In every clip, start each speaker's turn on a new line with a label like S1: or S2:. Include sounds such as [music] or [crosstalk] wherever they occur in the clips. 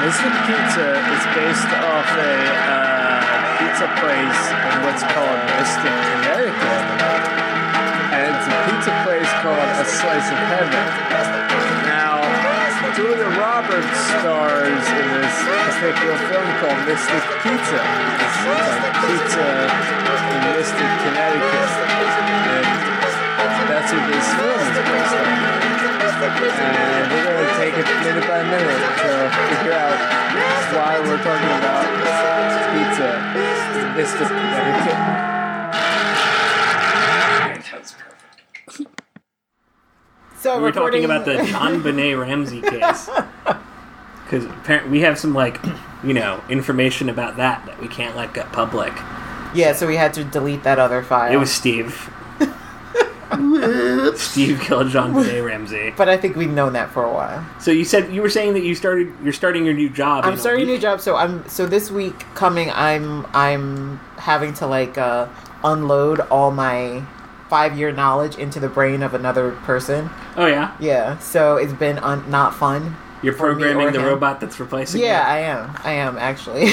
S1: Mr. Pizza is based off a uh, pizza place in what's called Mystic, Connecticut. And it's a pizza place called A Slice of Heaven. Now, Julia Roberts stars in this particular film called Mystic Pizza. It's like pizza in Mystic, Connecticut. And that's what this film is based on. And we're going to take it minute by minute to figure out why we're talking about pizza in Mystic, Connecticut.
S2: So
S3: We were
S2: recording-
S3: talking about the John Benet Ramsey case.
S2: [laughs]
S3: Because apparently we have some, like, you know, information about that that we can't let get public.
S2: yeah. So we had to delete that other file.
S3: It was Steve. Steve killed
S2: [laughs]
S3: John Benet Ramsey.
S2: but I think we've known that for a while.
S3: So you said you were saying that you started you're starting your new job.
S2: I'm
S3: in a
S2: starting a new
S3: week.
S2: job, so I'm so this week coming. I'm I'm having to like uh, unload all my five year knowledge into the brain of another person.
S3: Oh yeah,
S2: Yeah. So it's been un- not fun.
S3: you're
S2: For me or
S3: programming the
S2: him.
S3: robot that's replacing.
S2: Yeah,
S3: you.
S2: I am. I am actually.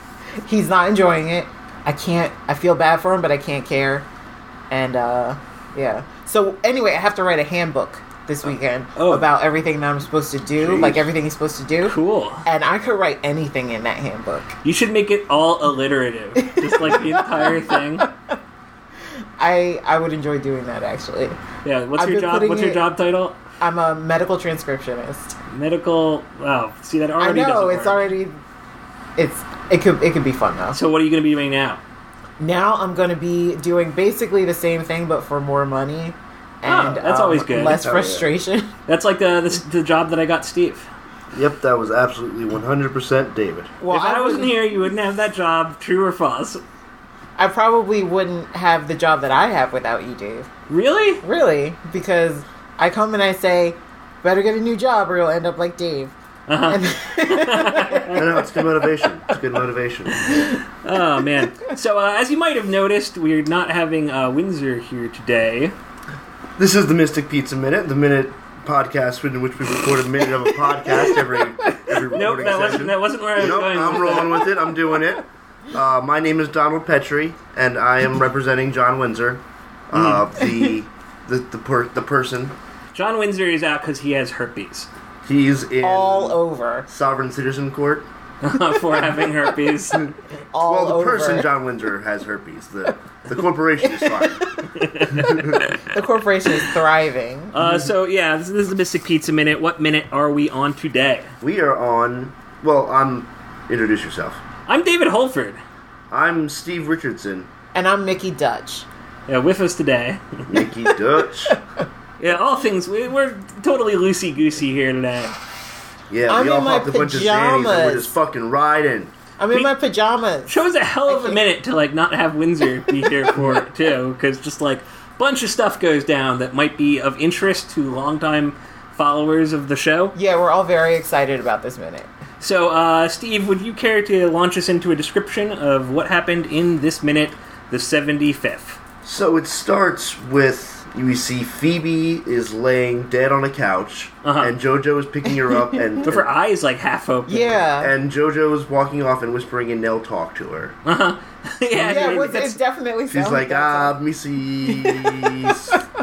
S2: [laughs] He's not enjoying it. I can't. I feel bad for him, but I can't care. And uh, yeah. So anyway, I have to write a handbook this weekend
S3: Oh.
S2: about everything that I'm supposed to do,
S3: Jeez.
S2: like everything he's supposed to do.
S3: Cool.
S2: And I could write anything in that handbook.
S3: You should make it all alliterative, just like the
S2: [laughs]
S3: entire thing.
S2: I I would enjoy doing that actually.
S3: Yeah. What's
S2: I've
S3: your
S2: been
S3: job?
S2: putting
S3: What's your
S2: it-
S3: job title?
S2: I'm a medical transcriptionist.
S3: Medical. Wow. See that
S2: I
S3: already.
S2: know
S3: doesn't
S2: it's
S3: work.
S2: already. It's it could it could be fun though.
S3: So what are you going to be doing now?
S2: now I'm going to be doing basically the same thing but for more money and
S3: Ah,
S2: um,
S3: that's always good.
S2: less
S4: Oh, yeah.
S2: frustration. [laughs]
S3: That's like the the, the job that I got Steve.
S4: Yep, that was absolutely 100% David.
S2: well,
S3: if I, wasn't
S2: wouldn't-
S3: here, you wouldn't have that job. True or false?
S2: I probably wouldn't have the job that I have without you, Dave.
S3: Really?
S2: Really, because I come and I say, "Better get a new job, or you'll end up like Dave."
S4: I know, it's good motivation. It's good motivation.
S3: Oh
S2: [laughs]
S3: man. so uh, as you might have noticed, we're not having uh, Windsor here today.
S4: This is the Mystic Pizza Minute, the minute podcast in which we record a minute of a podcast every, every
S3: Nope, that
S4: recording session.
S3: wasn't that wasn't where I was
S4: Nope,
S3: going.
S4: I'm rolling with it. I'm doing it. Uh, my name is Donald Petrie, and I am representing John Windsor,
S3: Mm.
S4: uh, the the the, per- the person.
S3: John Windsor is out because he has herpes [laughs]
S4: He's in
S2: All over,
S4: sovereign citizen court.
S3: for having herpes.
S2: all
S4: well, the
S2: over.
S4: person John Windsor has herpes. The the corporation is fine.
S2: the corporation is thriving.
S3: Uh, so yeah, this, this is the Mystic Pizza Minute. What minute are we on today?
S4: we are on. Well, I'm. Introduce yourself.
S3: I'm David Holford.
S4: I'm Steve Richardson,
S2: and I'm Mickey Dutch.
S3: Yeah, with us today.
S2: [laughs]
S4: Nikki Dutch.
S3: Yeah, all things we, we're totally loosey goosey here today.
S4: Yeah,
S2: I'm
S4: we all
S2: in my
S4: popped a bunch of zannies and we're
S2: pajamas.
S4: just fucking riding.
S2: I'm in my pajamas.
S3: Chose a hell of a
S2: Okay.
S3: minute to like not have Windsor be here for it too, because just like bunch of stuff goes down that might be of interest to longtime followers of the show.
S2: Yeah, we're all very excited about this
S4: [laughs]
S2: minute.
S3: So, uh, Steve, would you care to launch us into a description of what happened in this minute, the seventy fifth?
S4: So it starts with we see Phoebe is laying dead on a couch,
S3: Uh-huh.
S4: and JoJo is picking her
S2: [laughs]
S4: up, and
S3: With her eyes like half open.
S2: Yeah.
S4: and JoJo is walking off and whispering, and they'll talk to her.
S3: [laughs] yeah,
S2: yeah, it, was,
S3: it's,
S2: [laughs] it definitely
S4: She's
S2: sounds
S4: like,
S2: that.
S4: ah, missy,
S2: [laughs]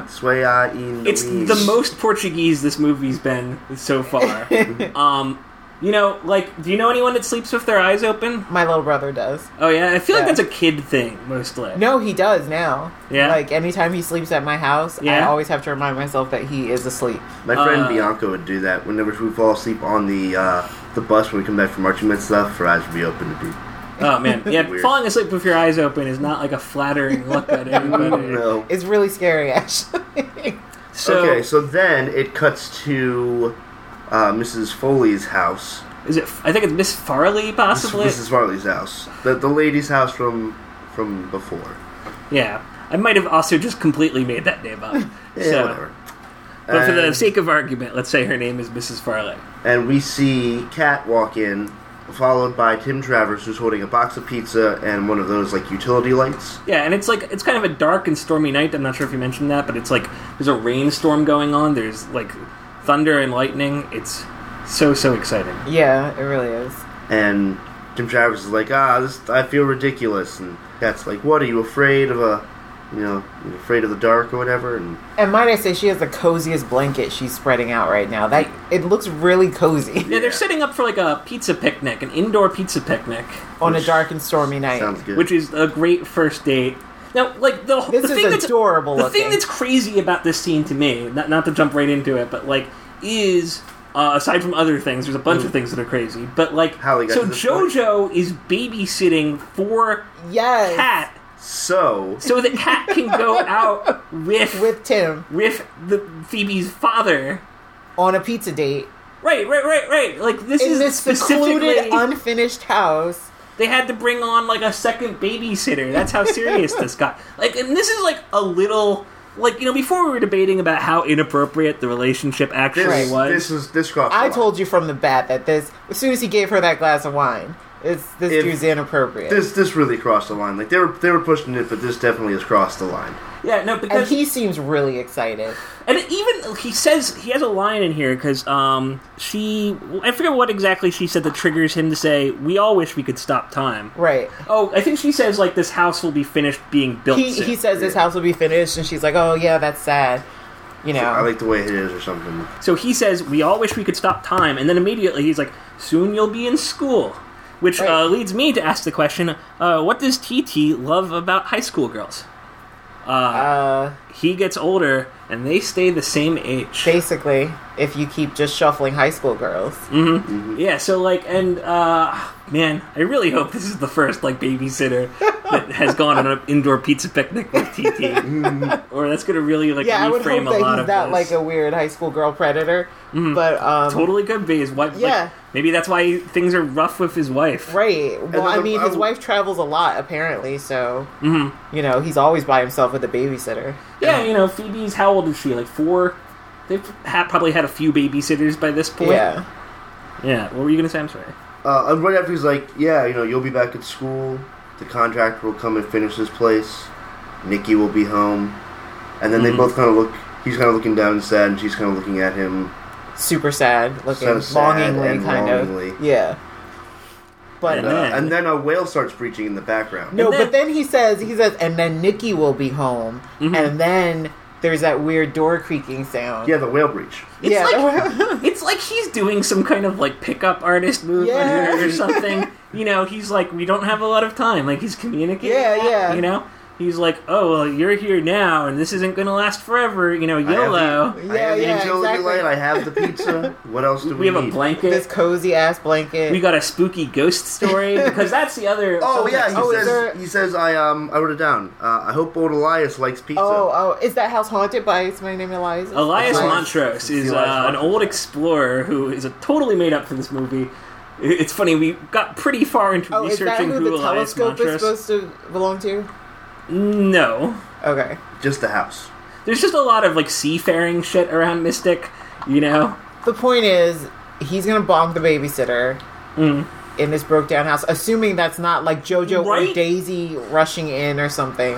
S4: swaya in
S3: it's
S4: Luis."
S3: the most Portuguese this movie's been
S2: [laughs]
S3: so far. um, you know, like, do you know anyone that sleeps with their eyes
S4: "Ah."
S3: open?
S2: My little brother does.
S3: Oh yeah, I feel like
S2: Yeah.
S3: that's a kid thing mostly.
S2: No, he does now.
S3: Yeah?
S2: Like anytime he sleeps at my house, I
S3: Yeah?
S2: always have to remind myself that he is asleep.
S4: My friend
S3: uh,
S4: Bianca would do that whenever we fall asleep on the uh, the bus when we come back from marching band stuff. Her eyes would be open to people.
S3: Oh
S4: [laughs]
S3: man, yeah,
S4: Weird.
S3: falling asleep with your eyes open is not like a flattering look at
S4: [laughs]
S3: anybody.
S4: No.
S2: It's really scary, [laughs] actually.
S3: So,
S4: okay, so then it cuts to uh, Mrs. Foley's house.
S3: is it? I think it's Miss Farley,
S4: This-
S3: possibly.
S4: Mrs. Farley's house, the the lady's house from from before.
S3: Yeah, I might have also just completely made that name up.
S4: [laughs] Yeah,
S3: so,
S4: whatever.
S3: But for the
S4: And-
S3: sake of argument, let's say her name is Mrs. Farley.
S4: and we see Kat walk in, followed by Tim Travers, who's holding a box of pizza and one of those like utility lights.
S3: Yeah, and it's like it's kind of a dark and stormy night. I'm not sure if you mentioned that, but it's like there's a rainstorm going on. There's like thunder and lightning. It's So so exciting.
S2: Yeah, it really is.
S4: And Jim Travis is like, ah, this, I feel ridiculous. And Cat's like, what, are you afraid of a, you know, you afraid of the dark or whatever? And
S2: And might I say, she has the coziest blanket she's spreading out right now. That it looks really cozy [laughs]
S3: Yeah, they're setting up for like a pizza picnic, an indoor pizza picnic,
S2: on a dark and stormy night.
S4: sounds good.
S3: which is a great first date. Now, like the
S2: This
S3: the
S2: is
S3: thing that's
S2: adorable
S3: The
S2: looking.
S3: thing that's crazy about this scene to me, not not to jump right into it, but like is. Uh, aside from other things, there's a
S2: Mm.
S3: bunch of things that are crazy. But like,
S4: How they got
S3: so
S4: to this
S3: JoJo is babysitting for
S2: yes,
S3: Cat,
S4: so
S3: so that Cat can
S2: [laughs]
S3: go out with with,
S2: with Tim
S3: with the Phoebe's father.
S2: on a pizza date
S3: Right, right, right, right. Like this
S2: in
S3: is
S2: this secluded,
S3: specifically-
S2: unfinished house.
S3: They had to bring on like a second babysitter. That's how serious this got. Like, and this is like a little, like you know, before we were debating about how inappropriate the relationship actually
S4: this
S2: Right.
S3: was.
S4: this was this crossed. the
S2: I
S4: line.
S2: told you from the bat that this, as soon as he gave her that glass of wine, it's, this
S4: If-
S2: dude's inappropriate.
S4: this this really crossed the line. Like they were they were pushing it, but this definitely has crossed the line.
S3: yeah, no,
S2: and
S3: because
S2: he seems really excited.
S3: And even he says he has a line in here because um, she I forget what exactly she said that triggers him to say we all wish we could stop time.
S2: Right.
S3: Oh, I think she says like this house will be finished being built.
S2: He,
S3: soon.
S2: he says his house will be finished, and she's like, oh, yeah, that's sad. You know.
S4: I like the way it is, or something.
S3: so he says we all wish we could stop time, and then immediately he's like, soon you'll be in school, which
S2: Right.
S3: uh, leads me to ask the question: uh, What does TT love about high school girls?
S2: uh,
S3: He gets older, and they stay the same age.
S2: basically, if you keep just shuffling high school girls.
S3: Yeah, so like, and uh, man, I really hope this is the first
S2: [laughs]
S3: like babysitter that has gone on an indoor pizza picnic with
S2: [laughs]
S3: TT, or that's gonna really like
S2: Yeah, I would
S3: reframe
S2: hope
S3: a lot
S2: that
S3: of
S2: he's not like
S3: this.
S2: a weird high school girl predator.
S4: Mm-hmm.
S2: But, um,
S3: totally could be his wife. like,
S2: Yeah.
S3: maybe that's why things are rough with his wife.
S2: right. Well, I
S4: Another-
S2: mean,
S4: I Mm-hmm.
S2: his
S4: would-
S2: wife travels a lot, apparently, so, you know, he's always by himself with a babysitter.
S3: Yeah, you know, Phoebe's how old is she? Like four. They've ha- probably had a few babysitters by this point.
S2: Yeah.
S3: Yeah. What were you gonna say? I'm sorry.
S4: Uh, and right after he's like, yeah, you know, you'll be back at school. The contractor will come and finish this place. Nikki will be home, and then
S3: Mm-hmm.
S4: they both kind of look. He's kind of looking down and sad, and she's kind of looking at him.
S2: super sad looking,
S4: So sad
S2: longingly
S4: and
S2: kind of.
S4: longingly.
S2: Yeah. But
S3: And,
S4: Uh,
S3: uh, Man.
S4: and then a whale starts preaching in the background.
S2: no,
S3: and
S2: but then he says he says, and then Nikki will be home,
S3: Mm-hmm.
S2: and then there's that weird door creaking sound.
S4: Yeah, the whale breach.
S3: It's
S2: yeah,
S3: like- It's like he's doing some kind of like pickup artist move on
S2: Yeah.
S3: her or [laughs] something. you know, he's like, we don't have a lot of time. Like he's communicating.
S2: Yeah,
S3: that,
S2: yeah.
S3: You know, he's like, oh well, you're here now, and this isn't going to last forever. You know,
S4: I have
S3: YOLO.
S4: the- I
S2: Yeah,
S4: have the
S2: yeah,
S4: utility
S2: exactly.
S4: light. I have
S3: [laughs]
S4: the pizza. What else do
S3: We
S4: we,
S3: have a
S4: need?
S2: [laughs]
S3: blanket.
S2: this cozy ass blanket.
S3: we got a spooky ghost story because that's the [laughs] other.
S4: Oh yeah, he
S2: Oh, is
S4: says.
S2: there-
S4: He says. I um. I wrote it down. Uh, I hope old Elias likes pizza.
S2: oh, oh, is that house haunted by It's My Name Elias?
S3: Elias
S4: Elias-
S3: Montrose is
S4: Elias
S3: uh, an
S4: Montrose.
S3: old explorer who is a totally made up for this movie. It- It's funny we got pretty far into
S2: Oh, is that
S3: researching
S2: who the
S3: Elias
S2: telescope is
S3: Montrose.
S2: supposed to belong to?
S3: No,
S2: Okay.
S4: Just the house.
S3: There's just a lot of like seafaring shit around Mystic, you know.
S2: The point is, he's gonna bonk the babysitter
S3: Mm.
S2: in this broke down house, assuming that's not like JoJo or
S3: Right?
S2: Daisy rushing in or something.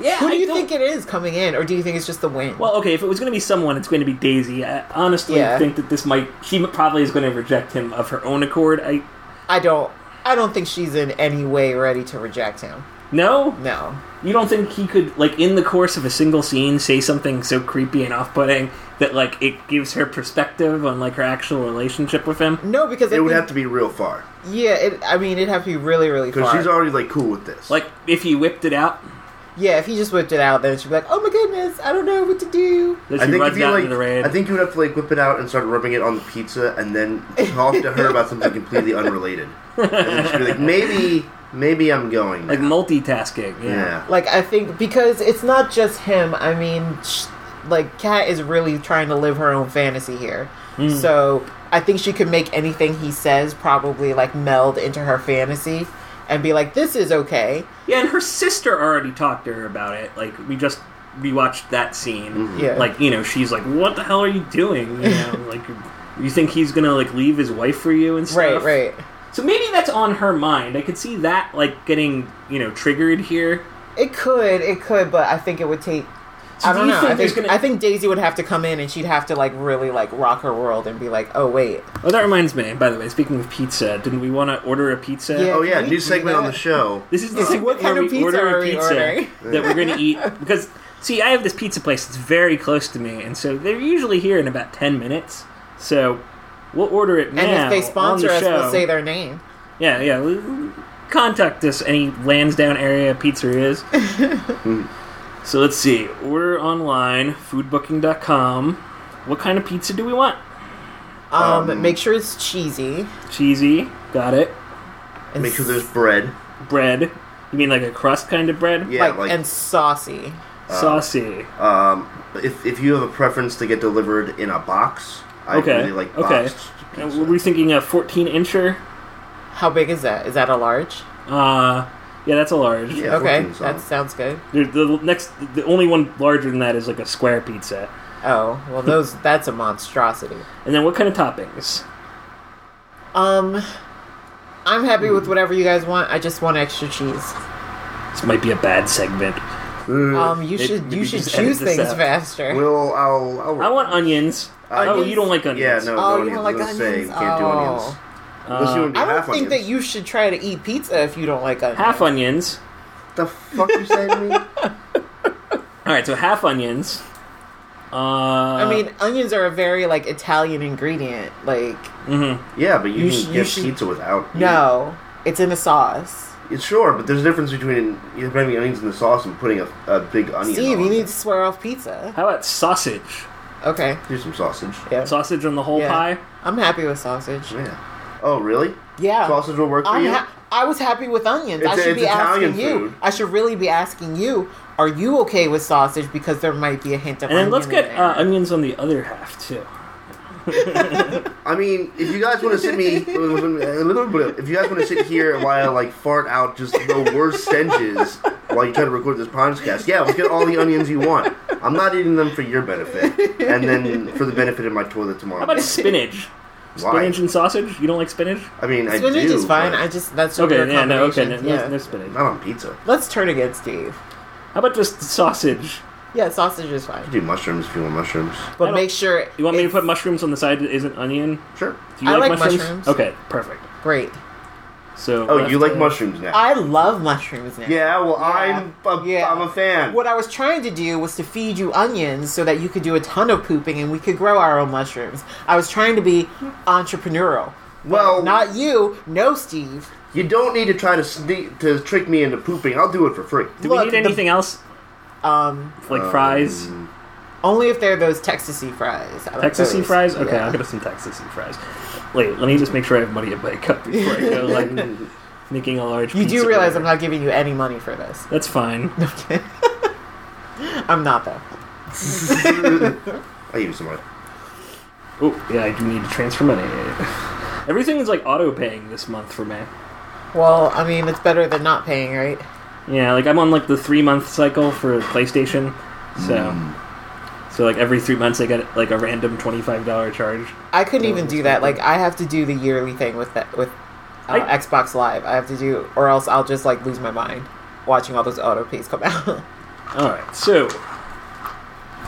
S3: Yeah.
S2: Who do
S3: I
S2: you
S3: don't-
S2: think it is coming in, or do you think it's just the wind?
S3: Well, okay. If it was going to be someone, it's going to be Daisy. I honestly
S2: Yeah.
S3: think that this might. She probably is going to reject him of her own accord. I
S2: I don't. I don't think she's in any way ready to reject him.
S3: no.
S2: No.
S3: You don't think he could like in the course of a single scene say something so creepy and off-putting that like it gives her perspective on like her actual relationship with him?
S2: No, because I
S4: It would
S2: think-
S4: have to be real far
S2: Yeah, it, I mean, it'd have to be really, really
S4: because
S2: far.
S4: she's already like cool with this.
S3: Like if he whipped it out,
S2: yeah, if he just whipped it out, then she'd be like, "Oh my goodness, I don't know what to do."
S3: that
S4: I
S3: she
S4: think
S3: runs
S4: if you
S3: out
S4: like,
S3: into the rain.
S4: I think you would have to like whip it out and start rubbing it on the pizza, and then talk to her about something
S3: [laughs]
S4: completely unrelated. And then she'd be like, maybe, maybe I'm going.
S3: like
S4: now."
S3: multitasking.
S4: yeah.
S2: Like, I think because it's not just him. I mean, sh- like, Kat is really trying to live her own fantasy here.
S4: Hmm.
S2: So I think she could make anything he says probably like meld into her fantasy and be like, "This is okay."
S3: Yeah, and her sister already talked to her about it. Like we just rewatched that scene.
S4: Mm-hmm.
S2: Yeah.
S3: Like you know, she's like, "What the hell are you doing?"
S2: [laughs]
S3: You know, like you think he's gonna like leave his wife for you and
S2: Right,
S3: stuff.
S2: right.
S3: So maybe that's on her mind. I could see that like getting you know triggered here.
S2: It could, it could, but I think it would take I don't
S3: do you
S2: know.
S3: think
S2: I
S3: there's
S2: think, I
S3: gonna-
S2: think Daisy would have to come in and she'd have to like really like rock her world and be like, oh wait,
S3: Oh, that reminds me. By the way, speaking of pizza, didn't we want to order a pizza?
S2: Yeah.
S4: Oh yeah,
S2: Can we
S4: new
S2: do
S4: segment on
S2: that?
S4: the show.
S3: This is the segment
S2: What kind
S3: where
S2: of
S3: we
S2: pizza
S3: order
S2: are
S3: a
S2: we
S3: pizza
S2: ordering?
S3: that we're going to eat because see, I have this pizza place that's very close to me, and so they're usually here in about ten minutes. So we'll order it now.
S2: and if they sponsor
S3: on
S2: us,
S3: the show.
S2: we'll say their name.
S3: Yeah, yeah. we- we- Contact us any Lansdowne
S2: [laughs]
S3: area pizzerias. so let's see. Order online, foodbooking.com. What kind of pizza do we want?
S2: Um,
S4: Um,
S2: make sure it's cheesy.
S3: Cheesy, got it.
S2: And
S4: Make sure
S2: s-
S4: there's bread.
S3: Bread. You mean like a crust kind of bread?
S4: Yeah,
S2: like,
S4: like,
S2: and saucy.
S3: Saucy.
S4: um, if if you have a preference to get delivered in a box, I
S3: Okay,
S4: really like
S3: okay.
S4: boxed
S3: Uh,
S4: pizza.
S3: were we thinking a 14 incher?
S2: How big is that? Is that a large?
S3: Uh, yeah, that's a large.
S4: Yeah,
S2: okay,
S4: 14 's
S2: that
S4: on.
S2: sounds good.
S3: The, the next, the only one larger than that is like a square pizza.
S2: Oh well,
S3: [laughs]
S2: those that's a monstrosity.
S3: And then what kind of toppings?
S2: Um, I'm happy with whatever you guys want. I just want extra cheese.
S3: This might be a bad segment.
S2: Um, you
S3: Maybe-
S2: should you
S3: maybe
S2: should
S3: just edit
S2: choose
S3: this
S2: things
S3: out.
S2: faster.
S4: We'll I'll I'll.
S3: I want onions. Oh,
S4: Onions?
S3: you don't like onions. Uh,
S4: Yeah, no,
S2: Oh,
S4: no
S2: you
S4: onions.
S2: don't
S4: I
S2: like
S4: was gonna say
S2: onions?
S4: you can't do onions.
S2: Oh.
S4: Unless you want to do
S2: I don't
S4: half
S2: think that
S4: onions.
S2: you should try to eat pizza if you don't like onions.
S3: Half onions.
S4: The fuck you say to me?
S3: All right, so half onions. Uh, I
S2: I mean, onions are a very like Italian ingredient. Like,
S4: [laughs]
S3: mm-hmm.
S4: Yeah, but you,
S2: You
S4: can
S2: should- you
S4: get
S2: should-
S4: pizza without.
S2: no, it's in a sauce.
S4: Yeah, sure, but there's a difference between you having onions in the sauce and putting a, a big onion.
S2: Steve,
S4: on
S2: you
S4: it.
S2: need to swear off pizza.
S3: how about sausage?
S2: Okay,
S4: do some sausage.
S2: yeah,
S3: Sausage on the whole
S2: Yeah.
S3: pie.
S2: I'm happy with sausage.
S4: Yeah. Oh really?
S2: Yeah,
S4: Sausage will work for
S2: I'm
S4: you.
S2: ha- I was happy with onions. I
S4: It's-
S2: should
S4: it's
S2: be
S4: Italian
S2: asking you.
S4: food.
S2: I should really be asking you. Are you okay with sausage? Because there might be a hint of
S3: And then let's
S2: onion
S3: get
S2: in
S3: uh,
S2: there.
S3: onions on the other half too.
S4: I mean, if you guys want to sit me a little bit, if you guys want to sit here while I like fart out just the worst stenches while you try to record this podcast, yeah, we'll get all the onions you want. I'm not eating them for your benefit, and then for the benefit of my toilet tomorrow. [laughs]
S3: How about spinach?
S4: Why?
S3: Spinach and sausage. You don't like spinach?
S4: I mean, I
S2: Spinach
S4: do.
S2: is fine.
S4: but
S2: I just that's just
S3: Okay,
S2: okay.
S3: yeah, no, okay, no, no-
S2: yeah.
S3: no spinach.
S4: not on pizza.
S2: Let's turn against Steve.
S3: How about just sausage?
S2: Yeah, sausage is fine,
S4: Do mushrooms if you want mushrooms.
S3: I
S2: but
S3: don't-
S2: make sure
S3: You want me to
S2: it's
S3: put mushrooms on the side that isn't onion?
S4: Sure.
S3: Do you
S2: I
S3: like,
S2: like
S3: mushrooms?
S2: mushrooms.
S3: Okay, perfect.
S2: great.
S3: So,
S4: Oh, you like
S3: mushrooms?
S4: mushrooms now?
S2: I love mushrooms now.
S4: yeah. Well, I'm a,
S2: yeah.
S4: am a fan.
S2: What I was trying to do was to feed you onions so that you could do a ton of pooping and we could grow our own mushrooms. I was trying to be entrepreneurial.
S3: Oh.
S4: Well,
S2: Not you, no, Steve.
S4: you don't need to try to sneak, to trick me into pooping. I'll do it for
S2: [laughs]
S4: free. [laughs]
S3: Do
S2: Look,
S3: we
S2: the-
S3: need anything else?
S2: Um,
S3: Like fries?
S2: only if they're those Texasy fries. I like
S3: Texasy
S2: those.
S3: fries? Okay,
S2: Yeah.
S3: I'll get us some Texasy fries. Wait, let me just make sure I have money in my cup before I go,
S2: [laughs]
S3: like, making a large
S2: You
S3: pizza
S2: do realize
S3: order.
S2: I'm not giving you any money for this.
S3: That's fine.
S2: [laughs] I'm not though.
S4: I use some money.
S3: Oh, yeah, I do need to transfer money. [laughs] Everything is like auto paying this month for me.
S2: Well, I mean, it's better than not paying, right?
S3: Yeah, like I'm on like the three month cycle for PlayStation, so
S4: Hmm.
S3: so like every three months I get like a random twenty five dollar charge.
S2: I couldn't even do that. Like, I have to do the yearly thing with that with uh,
S3: I-
S2: Xbox Live. I have to do, or else I'll just like lose my mind watching all those auto pays come [laughs] out.
S3: All right, so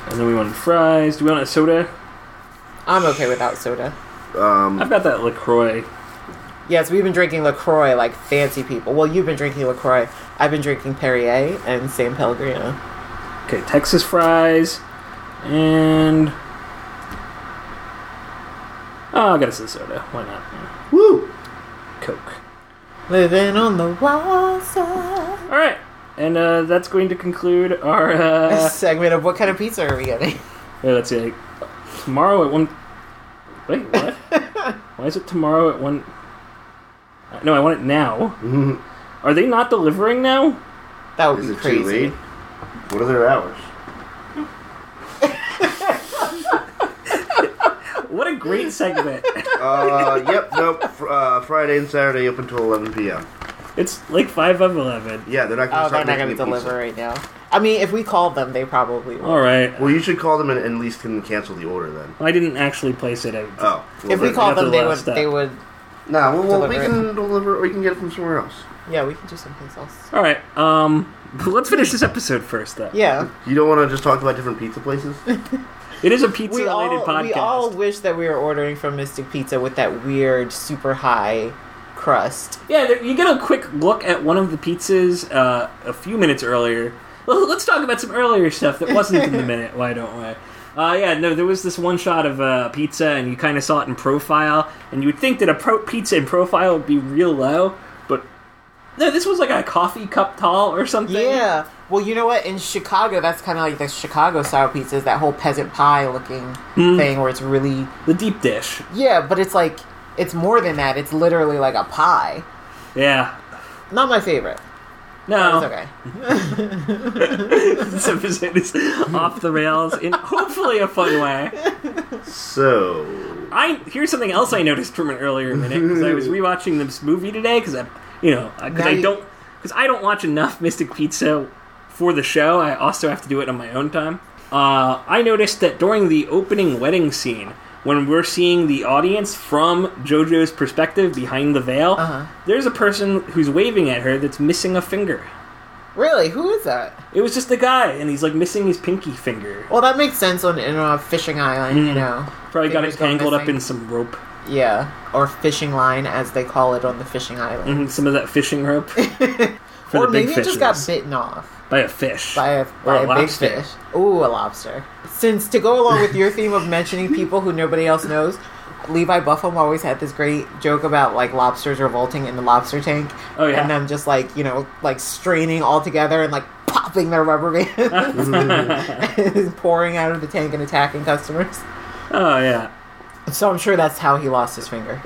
S3: and then we wanted fries. Do we want a soda?
S2: I'm okay without soda.
S4: Um,
S3: I've got that Lacroix.
S2: Yes, we've been drinking Lacroix like fancy people. Well, you've been drinking Lacroix. I've been drinking Perrier and San Pellegrino.
S3: Okay, Texas fries, and oh, I got us a soda. Why not?
S4: woo.
S3: Coke.
S2: Living on the wild side.
S3: All right, and uh, that's going to conclude our. Uh,
S2: segment of what kind of pizza are we getting? [laughs]
S3: Wait, let's see. Tomorrow at one. Wait, what?
S2: [laughs]
S3: Why is it tomorrow at one? No, I want
S2: [laughs]
S3: it now. Are they not delivering now?
S2: That would
S4: Is
S2: be
S4: it too
S2: crazy.
S4: late? What are their hours?
S3: What
S2: [laughs]
S3: a great segment!
S4: Uh, [laughs] yep, nope. Fr- uh, Friday and Saturday up until 11 p.m.
S3: it's like five of eleven.
S4: Yeah, they're not going to
S2: Oh, they're not
S4: start making
S2: going to
S4: the
S2: deliver
S4: pizza.
S2: right now. I mean, if we called them, they probably would.
S3: All right.
S4: Well, you should call them and, and at least can cancel the order then.
S3: I didn't actually place it. I
S4: Oh, well,
S2: if we
S4: then-
S2: called them,
S3: after the
S2: they would.
S3: last step.
S2: They would
S4: Nah, well, well
S2: Deliver
S4: we
S2: it.
S4: can deliver, or you can get it from somewhere else.
S2: Yeah, we can do someplace else.
S3: All right. Um, let's finish this episode first, though.
S2: Yeah,
S4: You don't want to just talk about different
S2: [laughs]
S4: pizza places?
S3: It is a pizza-related
S2: we all
S3: podcast.
S2: we all wish that we were ordering from Mystic Pizza with that weird super high crust.
S3: Yeah, there, you get a quick look at one of the pizzas uh, a few minutes earlier. Well, let's talk about some earlier stuff that wasn't in the minute. Why don't we? Uh, yeah, no, there was this one shot of uh, pizza, and you kind of saw it in profile, and you would think that a pro- pizza in profile would be real low, but no, this was like a coffee cup tall or something.
S2: Yeah. Well, you know what? In Chicago, that's kind of like the Chicago style pizza is that whole peasant pie looking
S3: Mm.
S2: thing where it's really
S3: the deep dish.
S2: yeah, but it's like it's more than that. It's literally like a pie.
S3: Yeah,
S2: Not my favorite.
S3: no,
S2: It's okay.
S3: [laughs] this episode is off the rails in hopefully a fun way.
S4: so,
S3: I here's something else I noticed from an earlier minute because I
S2: [laughs]
S3: was rewatching this movie today because I, you know, because
S2: Now
S3: I
S2: you-
S3: don't because I don't watch enough Mystic Pizza for the show. I also have to do it on my own time. Uh, I noticed that during the opening wedding scene, when we're seeing the audience from JoJo's perspective behind the veil,
S2: Uh-huh.
S3: there's a person who's waving at her that's missing a finger.
S2: Really? Who is that?
S3: It was just a guy, and he's like missing his pinky finger.
S2: Well, that makes sense on in a fishing island,
S3: Mm.
S2: you know.
S3: Probably got it
S2: fingers go
S3: tangled up
S2: missing.
S3: in some rope, [laughs]
S2: Yeah, or fishing line as they call it on the fishing island.
S3: Mhm, some of that
S2: [laughs]
S3: fishing rope. For
S2: Or maybe it just got
S3: fishes.
S2: bitten off.
S3: by a fish.
S2: by a,
S3: Or
S2: by
S3: a
S2: a, big
S3: lobster.
S2: fish. Ooh, a lobster. Since to go along with your theme of mentioning people who nobody else knows, Levi Buffum always had this great joke about like lobsters revolting in the lobster tank.
S3: Oh, yeah.
S2: and them just like you know like straining all together and like popping their rubber
S3: [laughs]
S2: bands [laughs] and pouring out of the tank and attacking customers.
S3: oh yeah,
S2: So I'm sure that's how he lost his finger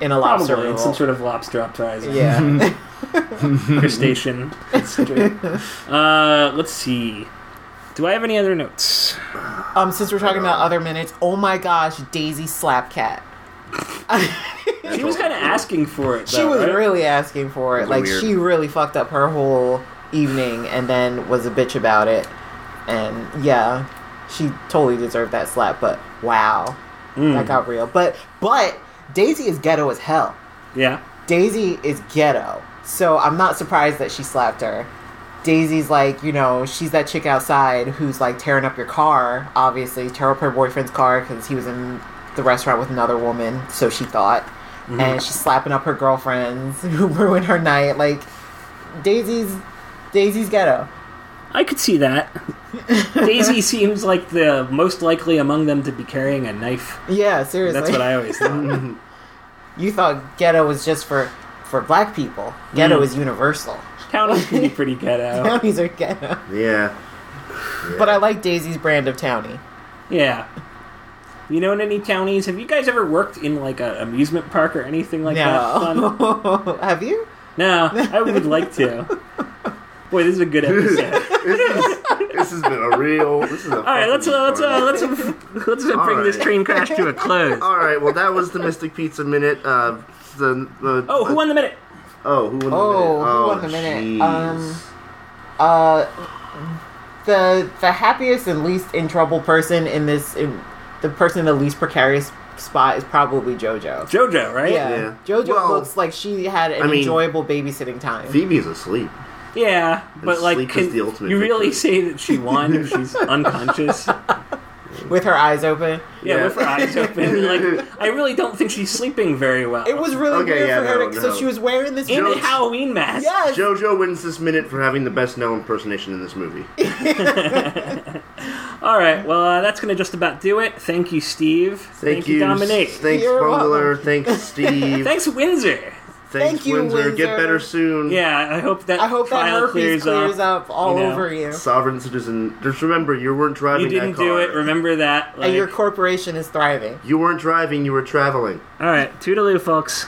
S2: in a lobster
S3: probably in some
S2: revolt.
S3: sort of lobster uprising,
S2: yeah,
S3: [laughs] crustacean.
S2: [laughs]
S3: uh, let's see. Do I have any other notes?
S2: Um, since we're talking about other minutes, oh my gosh, Daisy Slapcat.
S3: She was kind of asking for it. Though,
S2: She was
S3: right?
S2: really asking for it.
S4: It's
S2: Like
S4: weird.
S2: she really fucked up her whole evening and then was a bitch about it. And yeah, she totally deserved that slap, but wow.
S3: Hmm.
S2: That got real. But but Daisy is ghetto as hell.
S3: Yeah.
S2: Daisy is ghetto. So I'm not surprised that she slapped her. Daisy's like, you know, she's that chick outside who's like tearing up your car, obviously, tear up her boyfriend's car because he was in the restaurant with another woman, so she thought.
S3: Mm-hmm.
S2: And she's slapping up her girlfriends [laughs] who ruined her night. Like, Daisy's Daisy's ghetto.
S3: I could
S2: [laughs]
S3: see that. Daisy seems like the most likely among them to be carrying a knife.
S2: Yeah, seriously.
S3: That's what I always
S2: [laughs]
S3: Mm-hmm. thought.
S2: You thought ghetto was just for for black people. Ghetto
S3: Mm.
S2: is universal.
S3: Counties can be pretty ghetto.
S2: [laughs] Townies are ghetto.
S4: yeah.
S2: But I like Daisy's brand of townie.
S3: Yeah. You know, in any counties, have you guys ever worked in like an amusement park or anything like that? Fun?
S2: no. [laughs] Have you? [laughs]
S3: No, I would like to. Boy, this is a good episode.
S2: [laughs]
S4: This, is, this has been a real. This is a.
S3: All right, let's uh, let's uh, let's let's uh, bring this
S4: right.
S3: train crash
S2: [laughs]
S3: to a close.
S4: All right. Well, that was the Mystic Pizza minute. Uh, the, the
S3: Oh, who won the minute?
S4: Oh, who won the minute?
S2: Oh, who won the minute? Um, Uh, the the happiest and least in trouble person in this, in, the person in the least precarious spot is probably JoJo.
S3: JoJo, right?
S2: Yeah.
S4: Yeah.
S2: JoJo
S4: Well,
S2: looks like she had an
S4: I mean-
S2: enjoyable babysitting time.
S4: Phoebe's asleep.
S3: Yeah, but like,
S4: sleep is
S3: can
S4: the ultimate
S3: you really
S4: victory.
S3: say that she won
S4: [laughs]
S3: if she's unconscious? Yeah,
S2: with her eyes open.
S4: Yeah.
S3: with her eyes open. Like, I really don't think she's sleeping very well.
S2: It was really
S4: Okay,
S2: weird
S4: yeah,
S2: for her.
S4: no,
S2: to,
S4: no.
S2: So she was wearing this.
S3: in
S4: Jo-
S3: the Halloween mask.
S2: yes.
S4: JoJo wins this minute for having the best Nell impersonation in this movie.
S3: All right. Well, uh, that's gonna just about do it. Thank you, Steve.
S4: Thank, you,
S3: Dominic.
S4: Thanks,
S2: You're
S4: Bungler. Thanks,
S2: [laughs]
S4: Steve.
S3: Thanks, Windsor.
S4: Thanks,
S2: Thank you,
S4: Windsor. Get
S2: Windsor.
S4: better soon.
S3: Yeah, I hope that
S2: I hope that
S3: trial
S2: herpes
S3: clears,
S2: clears,
S3: up.
S2: up, all
S3: you know.
S2: over you.
S4: Sovereign citizen. Just remember, you weren't driving
S3: You didn't
S4: that car.
S3: do it. Remember that.
S2: And your
S3: like-
S2: corporation is thriving.
S4: You weren't driving. You were traveling.
S3: All right. Toodaloo, folks.